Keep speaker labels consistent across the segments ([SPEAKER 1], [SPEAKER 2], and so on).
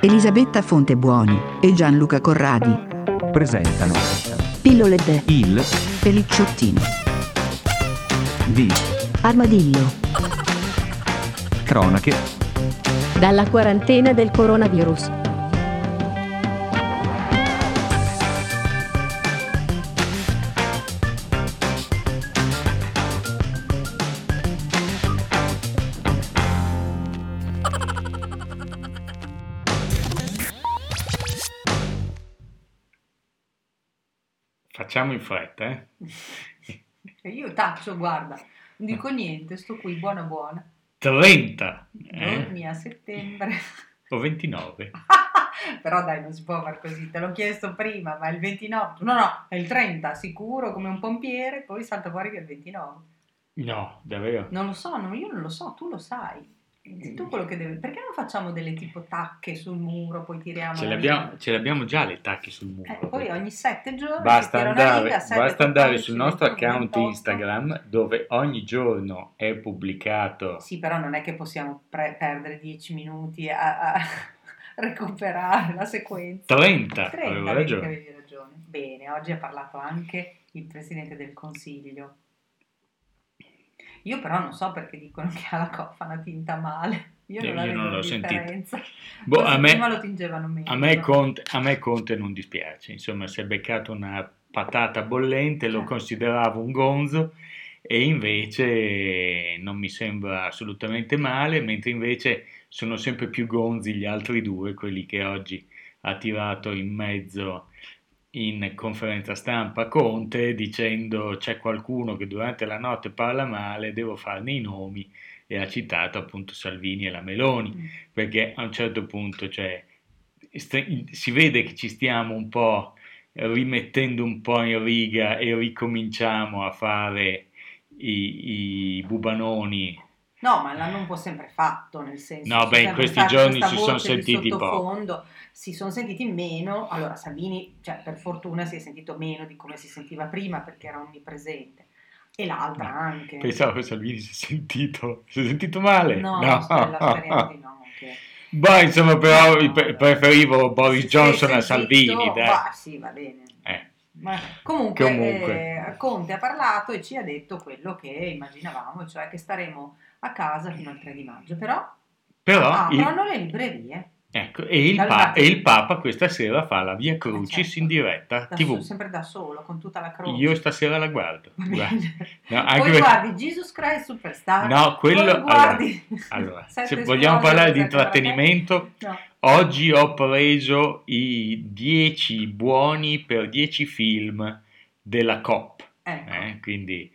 [SPEAKER 1] Elisabetta Fontebuoni e Gianluca Corradi
[SPEAKER 2] presentano
[SPEAKER 3] Pillole de
[SPEAKER 2] il
[SPEAKER 1] Pelicciottino.
[SPEAKER 2] di
[SPEAKER 3] Armadillo.
[SPEAKER 2] cronache
[SPEAKER 3] Dalla quarantena del coronavirus.
[SPEAKER 4] Facciamo in fretta, eh?
[SPEAKER 5] E Cioè, io taccio, guarda, non
[SPEAKER 4] Mm.
[SPEAKER 5] dico niente, sto qui, buona buona.
[SPEAKER 4] 30 eh?
[SPEAKER 5] Dormi a settembre.
[SPEAKER 4] o 29.
[SPEAKER 5] Però dai, non si può far così, te l'ho chiesto prima, ma il 29, no no, è il 30, sicuro, come un pompiere, poi salta fuori che è il 29.
[SPEAKER 4] No, davvero.
[SPEAKER 5] Non lo so, no, io non lo so, tu lo sai. Di Tu quello che deve... Perché non facciamo delle tipo tacche sul muro, poi tiriamo...
[SPEAKER 4] Ce
[SPEAKER 5] la
[SPEAKER 4] l'abbiamo,
[SPEAKER 5] linea?
[SPEAKER 4] ce l'abbiamo già le tacche sul muro.
[SPEAKER 5] Eh, poi ogni sette giorni
[SPEAKER 4] Basta
[SPEAKER 5] si tira una
[SPEAKER 4] andare,
[SPEAKER 5] riga, sette,
[SPEAKER 4] basta andare
[SPEAKER 5] 14,
[SPEAKER 4] sul nostro
[SPEAKER 5] 21,
[SPEAKER 4] account
[SPEAKER 5] 28.
[SPEAKER 4] Instagram dove ogni giorno è pubblicato.
[SPEAKER 5] Sì, però non è che possiamo pre- perdere 10 minuti a, a recuperare la sequenza.
[SPEAKER 4] 30,
[SPEAKER 5] 30,
[SPEAKER 4] avevo
[SPEAKER 5] vedi che
[SPEAKER 4] ragione.
[SPEAKER 5] avevi ragione. Bene, oggi ha parlato anche il Presidente del Consiglio. Io però non so perché dicono che ha la cofana tinta male. Io
[SPEAKER 4] Io-
[SPEAKER 5] non, la
[SPEAKER 4] Eh, io
[SPEAKER 5] vedo
[SPEAKER 4] non
[SPEAKER 5] la
[SPEAKER 4] l'ho sentita.
[SPEAKER 5] differenza.
[SPEAKER 4] Boh,
[SPEAKER 5] Forse
[SPEAKER 4] a me,
[SPEAKER 5] prima lo tingevano meno.
[SPEAKER 4] a me Conte, a me Conte non dispiace, insomma, si è beccato una patata bollente, lo
[SPEAKER 5] Eh.
[SPEAKER 4] consideravo un gonzo e invece non mi sembra assolutamente male, mentre invece sono sempre più gonzi gli altri due, quelli che oggi ha tirato in mezzo in conferenza stampa Conte dicendo c'è qualcuno che durante la notte parla male, devo farne i nomi e ha citato appunto Salvini e la Meloni
[SPEAKER 5] Mm.
[SPEAKER 4] perché a un certo punto cioè, st- si vede che ci stiamo un po' rimettendo un po' in riga e ricominciamo a fare i, i bubanoni.
[SPEAKER 5] No, ma l'hanno un po' sempre fatto, nel senso
[SPEAKER 4] No,
[SPEAKER 5] c'è
[SPEAKER 4] beh, in
[SPEAKER 5] sempre
[SPEAKER 4] questi
[SPEAKER 5] stata
[SPEAKER 4] giorni
[SPEAKER 5] questa
[SPEAKER 4] si son
[SPEAKER 5] voce di
[SPEAKER 4] sentiti poco.
[SPEAKER 5] sottofondo, si sono sentiti meno. Allora, Salvini, cioè, per fortuna si è sentito meno di come si sentiva prima perché era onnipresente. E l'altra
[SPEAKER 4] Eh,
[SPEAKER 5] anche.
[SPEAKER 4] Pensavo che Salvini si è sentito, si è sentito male.
[SPEAKER 5] No, la speriamo di no. Che...
[SPEAKER 4] Boh, insomma, però
[SPEAKER 5] No,
[SPEAKER 4] pre-
[SPEAKER 5] no.
[SPEAKER 4] preferivo Boris
[SPEAKER 5] Se
[SPEAKER 4] Johnson
[SPEAKER 5] sei
[SPEAKER 4] a
[SPEAKER 5] sentito,
[SPEAKER 4] Salvini, dai.
[SPEAKER 5] va- sì, va bene.
[SPEAKER 4] Eh.
[SPEAKER 5] Ma comunque,
[SPEAKER 4] Comunque.
[SPEAKER 5] eh, Conte ha parlato e ci ha detto quello che immaginavamo, cioè che staremo a casa fino al 3 di maggio. Però
[SPEAKER 4] Però Ah, il-
[SPEAKER 5] aprono le librerie.
[SPEAKER 4] ecco, e, il
[SPEAKER 5] Dal
[SPEAKER 4] pa-
[SPEAKER 5] Vaticano.
[SPEAKER 4] e il Papa questa sera fa la Via Crucis
[SPEAKER 5] certo.
[SPEAKER 4] in diretta
[SPEAKER 5] Da
[SPEAKER 4] TV.
[SPEAKER 5] so- sempre da solo, con tutta la croce.
[SPEAKER 4] Io stasera la guardo.
[SPEAKER 5] Va
[SPEAKER 4] guarda.
[SPEAKER 5] bene.
[SPEAKER 4] No, anche
[SPEAKER 5] Poi
[SPEAKER 4] perché-
[SPEAKER 5] guardi Jesus Christ Superstar.
[SPEAKER 4] No, quello-
[SPEAKER 5] Poi guardi-
[SPEAKER 4] Allora,
[SPEAKER 5] Sette
[SPEAKER 4] se vogliamo
[SPEAKER 5] scuole,
[SPEAKER 4] parlare di
[SPEAKER 5] sette
[SPEAKER 4] intrattenimento,
[SPEAKER 5] No.
[SPEAKER 4] oggi ho preso i 10 buoni per 10 film della COP,
[SPEAKER 5] Ecco.
[SPEAKER 4] eh, quindi,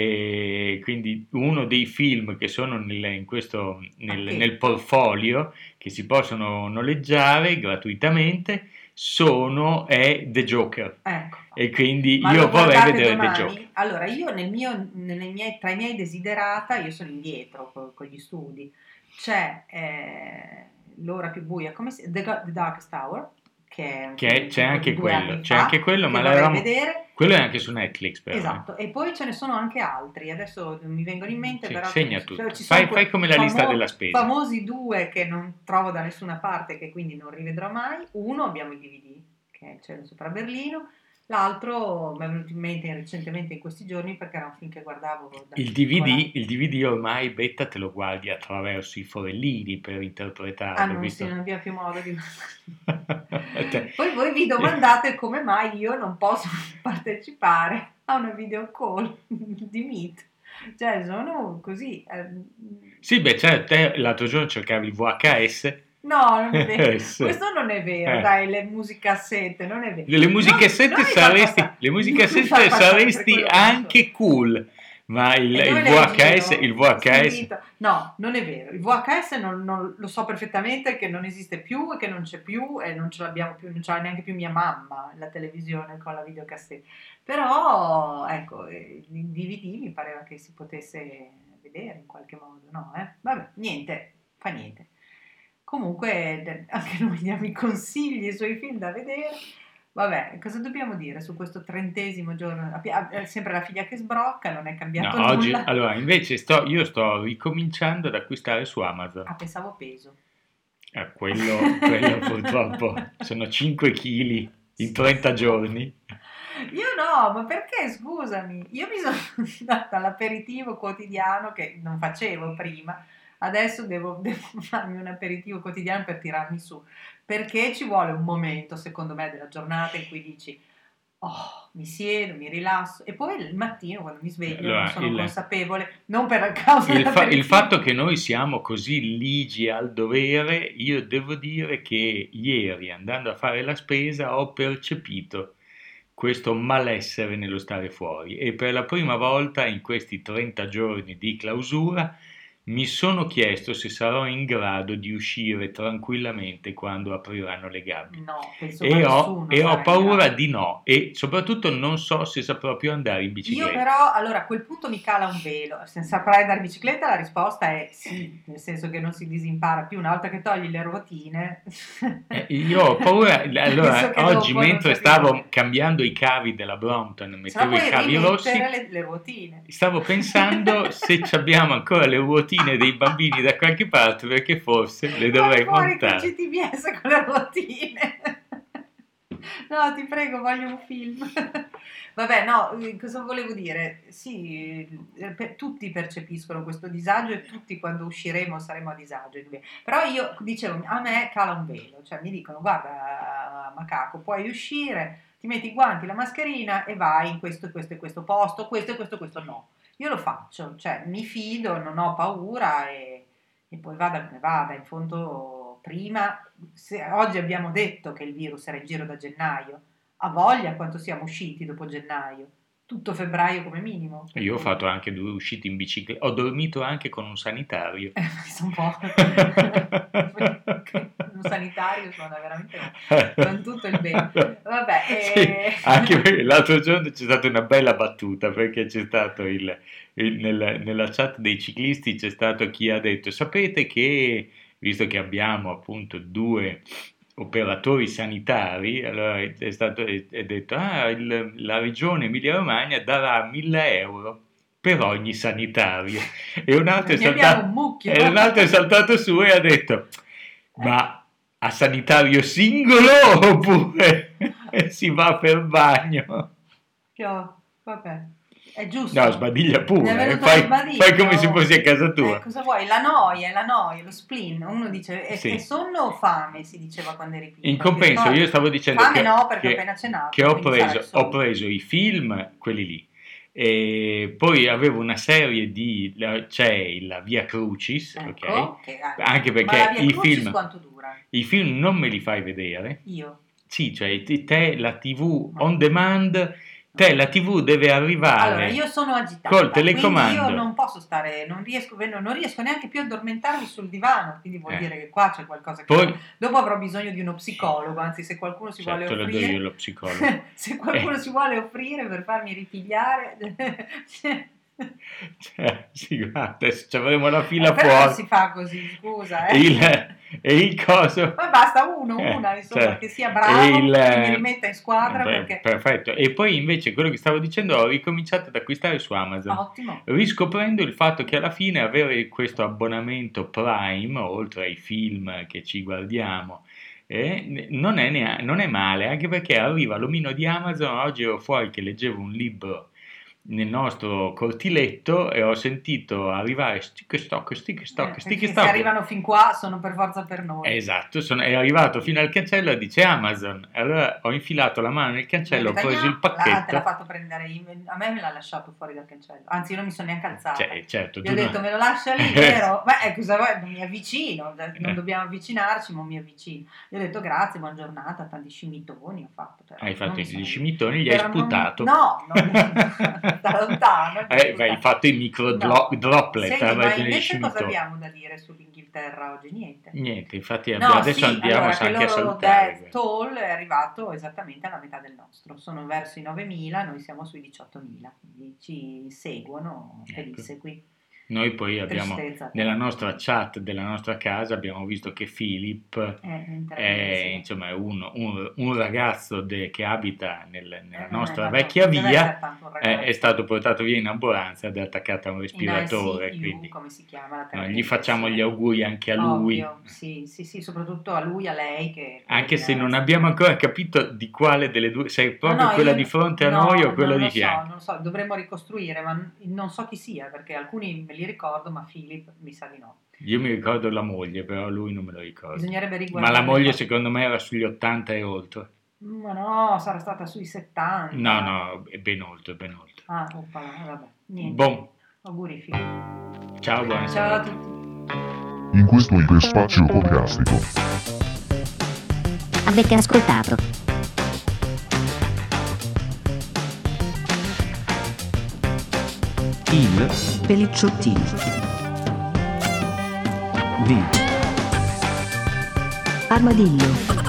[SPEAKER 4] e quindi uno dei film che sono nel, in questo, nel,
[SPEAKER 5] Pacchetto.
[SPEAKER 4] nel portfolio che si possono noleggiare gratuitamente sono è The Joker
[SPEAKER 5] ecco.
[SPEAKER 4] e quindi
[SPEAKER 5] Ma
[SPEAKER 4] io
[SPEAKER 5] lo
[SPEAKER 4] vorrei
[SPEAKER 5] guardate
[SPEAKER 4] vedere
[SPEAKER 5] domani?
[SPEAKER 4] The Joker.
[SPEAKER 5] Allora, io nel mio, nelle mie- tra i miei desiderata, io sono indietro co- con, gli studi, c'è eh, l'ora più buia, come si, The, Go- The Darkest Hour, che, è un
[SPEAKER 4] Che
[SPEAKER 5] film
[SPEAKER 4] è- c'è anche
[SPEAKER 5] di due anni
[SPEAKER 4] quello,
[SPEAKER 5] fa,
[SPEAKER 4] c'è anche quello,
[SPEAKER 5] che
[SPEAKER 4] ma
[SPEAKER 5] vorrei
[SPEAKER 4] l'avevamo-
[SPEAKER 5] vedere.
[SPEAKER 4] Quello è anche su Netflix però. eh.
[SPEAKER 5] Esatto, e poi ce ne sono anche altri, adesso mi vengono in mente,
[SPEAKER 4] Mm, Sì,
[SPEAKER 5] però
[SPEAKER 4] segna
[SPEAKER 5] ci-
[SPEAKER 4] tutto.
[SPEAKER 5] cioè, ci
[SPEAKER 4] Fai-
[SPEAKER 5] sono que-
[SPEAKER 4] fai come la lista della spesa.
[SPEAKER 5] Famosi due che non trovo da nessuna parte, che quindi non rivedrò mai. Uno abbiamo il DVD, che c'è sopra Berlino, l'altro mi è venuto in mente recentemente in questi giorni perché era un film che guardavo da
[SPEAKER 4] Il
[SPEAKER 5] piccola.
[SPEAKER 4] DVD, il DVD ormai beta te lo guardi attraverso i forellini per interpretarlo.
[SPEAKER 5] Ah, non,
[SPEAKER 4] visto?
[SPEAKER 5] sì, non abbiamo più modo di...
[SPEAKER 4] Cioè-
[SPEAKER 5] Poi voi vi domandate come mai io non posso partecipare a una video call di Meet. Cioè, sono così... eh,
[SPEAKER 4] Sì, beh, cioè, te l'altro giorno cercavi il VHS,
[SPEAKER 5] No, non è vero.
[SPEAKER 4] Eh, Sì.
[SPEAKER 5] Ah, Questo non è vero,
[SPEAKER 4] Eh.
[SPEAKER 5] dai, le musicassette, non è vero.
[SPEAKER 4] le musicassette
[SPEAKER 5] Non- non mi fa
[SPEAKER 4] saresti,
[SPEAKER 5] passare-
[SPEAKER 4] le
[SPEAKER 5] non mi
[SPEAKER 4] musicassette
[SPEAKER 5] fa passare per
[SPEAKER 4] saresti
[SPEAKER 5] quello che
[SPEAKER 4] anche cool, ma il,
[SPEAKER 5] sono. E
[SPEAKER 4] il
[SPEAKER 5] dove le
[SPEAKER 4] VHS,
[SPEAKER 5] giro?
[SPEAKER 4] il VHS,
[SPEAKER 5] Sentito. No, non è vero. Il VHS non- non- lo so perfettamente che non esiste più e che non c'è più e non ce l'abbiamo più, non ce l'ha neanche più mia mamma la televisione con la videocassetta. Però, ecco, eh, in DVD mi pareva che si potesse vedere in qualche modo, no? eh? Vabbè, niente, fa niente. Comunque, de- anche noi diamo i consigli sui film da vedere. Vabbè, cosa dobbiamo dire su questo trentesimo giorno? Abbi- ah, è sempre la figlia che sbrocca, non è cambiato
[SPEAKER 4] No, oggi,
[SPEAKER 5] nulla.
[SPEAKER 4] allora, invece sto, io sto ricominciando ad acquistare su Amazon.
[SPEAKER 5] Ah, pensavo peso.
[SPEAKER 4] Eh, quello, quello purtroppo sono 5 kg in 30 giorni.
[SPEAKER 5] Io no, ma perché scusami? Io mi sono data all'aperitivo quotidiano che non facevo prima, adesso devo, devo farmi un aperitivo quotidiano per tirarmi su, perché ci vuole un momento, secondo me, della giornata in cui dici, oh, mi siedo, mi rilasso, e poi il mattino quando mi sveglio
[SPEAKER 4] Allora,
[SPEAKER 5] non sono
[SPEAKER 4] il-
[SPEAKER 5] consapevole, non per
[SPEAKER 4] Il,
[SPEAKER 5] causa
[SPEAKER 4] fa- il
[SPEAKER 5] dell'aperitivo.
[SPEAKER 4] fatto che noi siamo così ligi al dovere, io devo dire che ieri andando a fare la spesa ho percepito questo malessere nello stare fuori e per la prima volta in questi 30 giorni di clausura mi sono chiesto se sarò in grado di uscire tranquillamente quando apriranno le gabbie.
[SPEAKER 5] No, penso che
[SPEAKER 4] E ho,
[SPEAKER 5] nessuno
[SPEAKER 4] e ho
[SPEAKER 5] sarà in
[SPEAKER 4] paura
[SPEAKER 5] grado.
[SPEAKER 4] di no, e soprattutto non so se saprò più andare in
[SPEAKER 5] Io
[SPEAKER 4] bicicletta.
[SPEAKER 5] però, allora, a quel punto mi cala un velo. Se saprai andare in bicicletta, la risposta è sì, nel senso che non si disimpara più una volta che togli le ruotine.
[SPEAKER 4] Eh, Io ho paura, allora
[SPEAKER 5] Penso che
[SPEAKER 4] oggi
[SPEAKER 5] dopo non
[SPEAKER 4] mentre
[SPEAKER 5] sappiamo.
[SPEAKER 4] stavo cambiando i cavi della Brompton,
[SPEAKER 5] Se no
[SPEAKER 4] mettevo i
[SPEAKER 5] puoi
[SPEAKER 4] cavi rossi,
[SPEAKER 5] rimettere le, le ruotine.
[SPEAKER 4] stavo pensando se ci abbiamo ancora le ruotine dei bambini da qualche parte perché forse le dovrei
[SPEAKER 5] Vai fuori
[SPEAKER 4] montare.
[SPEAKER 5] con CTBS con le ruotine. No, ti prego, voglio un film. Vabbè, no, eh, cosa volevo dire? Sì, eh, per- tutti percepiscono questo disagio e tutti quando usciremo saremo a disagio. indubbi- Però io dicevo, a me cala un velo, cioè mi dicono, guarda, macaco, puoi uscire, ti metti i guanti, la mascherina e vai in questo, e questo e questo posto, questo e questo e questo no. Io lo faccio, cioè mi fido, non ho paura e, e poi vada come vada. In fondo, prima, se- oggi abbiamo detto che il virus era in giro da gennaio, ha voglia quanto siamo usciti dopo gennaio, tutto febbraio come minimo.
[SPEAKER 4] Io ho fatto anche due uscite in bicicletta, ho dormito anche con un sanitario.
[SPEAKER 5] sono morto. un sanitario suona veramente male. con tutto il bene. Vabbè,
[SPEAKER 4] Sì,
[SPEAKER 5] eh.
[SPEAKER 4] anche perché l'altro giorno c'è stata una bella battuta perché c'è stato il, il- nel- nella chat dei ciclisti c'è stato chi ha detto sapete che visto che abbiamo appunto due operatori sanitari allora è stato è, è detto ah il- la regione Emilia Romagna darà 1000 euro per ogni sanitario e un altro è
[SPEAKER 5] Ne abbiamo
[SPEAKER 4] saltato Eh,
[SPEAKER 5] un mucchio.
[SPEAKER 4] e un altro è saltato su e ha detto: Ma a sanitario singolo oppure si va per bagno?
[SPEAKER 5] Io- vabbè, è giusto.
[SPEAKER 4] No, sbadiglia
[SPEAKER 5] Mi è
[SPEAKER 4] pure, eh,
[SPEAKER 5] venuto
[SPEAKER 4] fai,
[SPEAKER 5] il badiglio.
[SPEAKER 4] fai come se fossi a casa
[SPEAKER 5] Eh,
[SPEAKER 4] tua.
[SPEAKER 5] cosa vuoi? La noia, la noia, lo spleen. Uno dice, è,
[SPEAKER 4] Sì.
[SPEAKER 5] è sonno o fame, si diceva quando eri piccolo.
[SPEAKER 4] In compenso,
[SPEAKER 5] Perché
[SPEAKER 4] io
[SPEAKER 5] poi-
[SPEAKER 4] stavo dicendo
[SPEAKER 5] Fame
[SPEAKER 4] che,
[SPEAKER 5] no, perché ho
[SPEAKER 4] che-
[SPEAKER 5] appena cenato.
[SPEAKER 4] che ho,
[SPEAKER 5] quindi sarà il
[SPEAKER 4] preso,
[SPEAKER 5] sonno.
[SPEAKER 4] ho preso i film, quelli lì, e poi avevo una serie di. la- C'è la Via Crucis,
[SPEAKER 5] Ecco,
[SPEAKER 4] ok?
[SPEAKER 5] che-
[SPEAKER 4] Anche perché
[SPEAKER 5] Ma la Via
[SPEAKER 4] i
[SPEAKER 5] Crucis
[SPEAKER 4] film-
[SPEAKER 5] quanto dura?
[SPEAKER 4] I film non me li fai vedere,
[SPEAKER 5] Io.
[SPEAKER 4] Sì, cioè te, te la TV on demand, te la TV deve arrivare.
[SPEAKER 5] Allora, io sono agitata,
[SPEAKER 4] Ah, eh. Col
[SPEAKER 5] quindi
[SPEAKER 4] telecomando.
[SPEAKER 5] io non posso stare, non riesco, non riesco neanche più ad addormentarmi sul divano, quindi vuol
[SPEAKER 4] Eh.
[SPEAKER 5] dire che qua c'è qualcosa che...
[SPEAKER 4] Poi
[SPEAKER 5] Dopo avrò bisogno di uno psicologo, anzi se qualcuno si
[SPEAKER 4] cioè,
[SPEAKER 5] vuole
[SPEAKER 4] te lo do
[SPEAKER 5] offrire...
[SPEAKER 4] io lo psicologo. Eh.
[SPEAKER 5] se qualcuno si vuole offrire per farmi ripigliare...
[SPEAKER 4] Cioè, sì, guarda, adesso ci avremo la
[SPEAKER 5] Eh,
[SPEAKER 4] fila
[SPEAKER 5] però non
[SPEAKER 4] fuori.
[SPEAKER 5] si fa così, scusa.
[SPEAKER 4] E
[SPEAKER 5] eh.
[SPEAKER 4] il, e il coso.
[SPEAKER 5] Ma basta uno,
[SPEAKER 4] Eh,
[SPEAKER 5] una, insomma,
[SPEAKER 4] cioè,
[SPEAKER 5] che sia bravo,
[SPEAKER 4] e il- eh,
[SPEAKER 5] che mi rimetta in squadra,
[SPEAKER 4] Beh,
[SPEAKER 5] perché...
[SPEAKER 4] Perfetto. E poi invece quello che stavo dicendo, ho ricominciato ad acquistare su Amazon.
[SPEAKER 5] Ottimo.
[SPEAKER 4] riscoprendo il fatto che alla fine avere questo abbonamento Prime, oltre ai film che ci guardiamo, eh, n- non, è nea- non è male, anche perché arriva l'omino di Amazon, oggi ero fuori che leggevo un libro nel nostro cortiletto e ho sentito arrivare stick stock, stick
[SPEAKER 5] Eh,
[SPEAKER 4] stock, stick
[SPEAKER 5] perché se
[SPEAKER 4] stock.
[SPEAKER 5] arrivano fin qua sono per forza per noi.
[SPEAKER 4] Esatto, sono- è arrivato fino al cancello e dice Amazon. Allora ho infilato la mano nel cancello, ho preso cioè, il
[SPEAKER 5] Ah, te l'ha
[SPEAKER 4] pacchetto.
[SPEAKER 5] fatto prendere in- a me me l'ha lasciato fuori dal cancello. Anzi, io non mi sono neanche alzata.
[SPEAKER 4] Cioè, certo,
[SPEAKER 5] Gli
[SPEAKER 4] tu
[SPEAKER 5] ho
[SPEAKER 4] no-
[SPEAKER 5] detto, me lo lascia lì, vero? Beh, cosa vuoi? Non mi avvicino, cioè,
[SPEAKER 4] Eh.
[SPEAKER 5] non dobbiamo avvicinarci, ma mi avvicino. Gli ho detto grazie, buona giornata, tanti scimitoni ho fatto. Però.
[SPEAKER 4] Hai
[SPEAKER 5] non
[SPEAKER 4] fatto
[SPEAKER 5] mi
[SPEAKER 4] i
[SPEAKER 5] sono-
[SPEAKER 4] scimitoni, gli hai
[SPEAKER 5] però non-
[SPEAKER 4] sputato.
[SPEAKER 5] No, non- da lontano.
[SPEAKER 4] Eh, beh, hai fatto i micro dro-
[SPEAKER 5] No.
[SPEAKER 4] droplet.
[SPEAKER 5] Senti,
[SPEAKER 4] eh,
[SPEAKER 5] ma
[SPEAKER 4] degli
[SPEAKER 5] invece cosa
[SPEAKER 4] scimitoni.
[SPEAKER 5] abbiamo da dire sull'Inghilterra oggi? Niente.
[SPEAKER 4] Niente, infatti
[SPEAKER 5] No,
[SPEAKER 4] abbiamo- adesso
[SPEAKER 5] sì,
[SPEAKER 4] andiamo
[SPEAKER 5] allora,
[SPEAKER 4] anche a
[SPEAKER 5] che loro
[SPEAKER 4] salutare.
[SPEAKER 5] death toll è arrivato esattamente alla metà del nostro, sono verso i 9.000, noi siamo sui 18.000, quindi ci seguono
[SPEAKER 4] Ecco.
[SPEAKER 5] felice qui.
[SPEAKER 4] Noi poi abbiamo,
[SPEAKER 5] Tristezza.
[SPEAKER 4] nella nostra chat della nostra casa, abbiamo visto che Philip
[SPEAKER 5] Eh, è
[SPEAKER 4] è,
[SPEAKER 5] interessante, sì.
[SPEAKER 4] insomma, è uno- un, un ragazzo de- che abita nel-
[SPEAKER 5] Eh, non
[SPEAKER 4] nella
[SPEAKER 5] è
[SPEAKER 4] nostra
[SPEAKER 5] tanto-
[SPEAKER 4] vecchia
[SPEAKER 5] non deve
[SPEAKER 4] via,
[SPEAKER 5] essere tanto un
[SPEAKER 4] eh,
[SPEAKER 5] ragazzo.
[SPEAKER 4] è stato portato via in ambulanza ed è attaccato a un
[SPEAKER 5] In
[SPEAKER 4] respiratore,
[SPEAKER 5] ICU,
[SPEAKER 4] quindi
[SPEAKER 5] come si chiama? la
[SPEAKER 4] no,
[SPEAKER 5] terapia
[SPEAKER 4] gli facciamo gli
[SPEAKER 5] intensiva.
[SPEAKER 4] auguri anche a lui.
[SPEAKER 5] Ovvio, sì, sì, sì, soprattutto a lui, a lei che...
[SPEAKER 4] Anche se non abbiamo ancora capito di quale delle due, se è proprio
[SPEAKER 5] Eh, No, no,
[SPEAKER 4] quella
[SPEAKER 5] io-
[SPEAKER 4] di fronte a
[SPEAKER 5] no,
[SPEAKER 4] noi o
[SPEAKER 5] non
[SPEAKER 4] quella
[SPEAKER 5] lo
[SPEAKER 4] di
[SPEAKER 5] so,
[SPEAKER 4] fianco.
[SPEAKER 5] non lo so, dovremmo ricostruire, ma n- non so chi sia, perché alcuni me li ricordo, ma Philip mi sa di no.
[SPEAKER 4] Io mi ricordo la moglie, però lui non me lo ricordo.
[SPEAKER 5] Bisognerebbe
[SPEAKER 4] Ma
[SPEAKER 5] riguardare...
[SPEAKER 4] la moglie secondo me era sugli 80 e oltre.
[SPEAKER 5] Ma no, sarà stata sui 70.
[SPEAKER 4] No, no, è ben oltre, ben oltre.
[SPEAKER 5] Ah, oppa, vabbè, niente.
[SPEAKER 4] Buon,
[SPEAKER 5] Auguri Philip.
[SPEAKER 4] ciao, buona
[SPEAKER 5] Ciao a
[SPEAKER 4] serata.
[SPEAKER 5] tutti.
[SPEAKER 6] In questo iperspazio podcastico.
[SPEAKER 7] Avete ascoltato
[SPEAKER 2] il,
[SPEAKER 1] Pelicciottini.
[SPEAKER 2] vi.
[SPEAKER 3] Armadillo.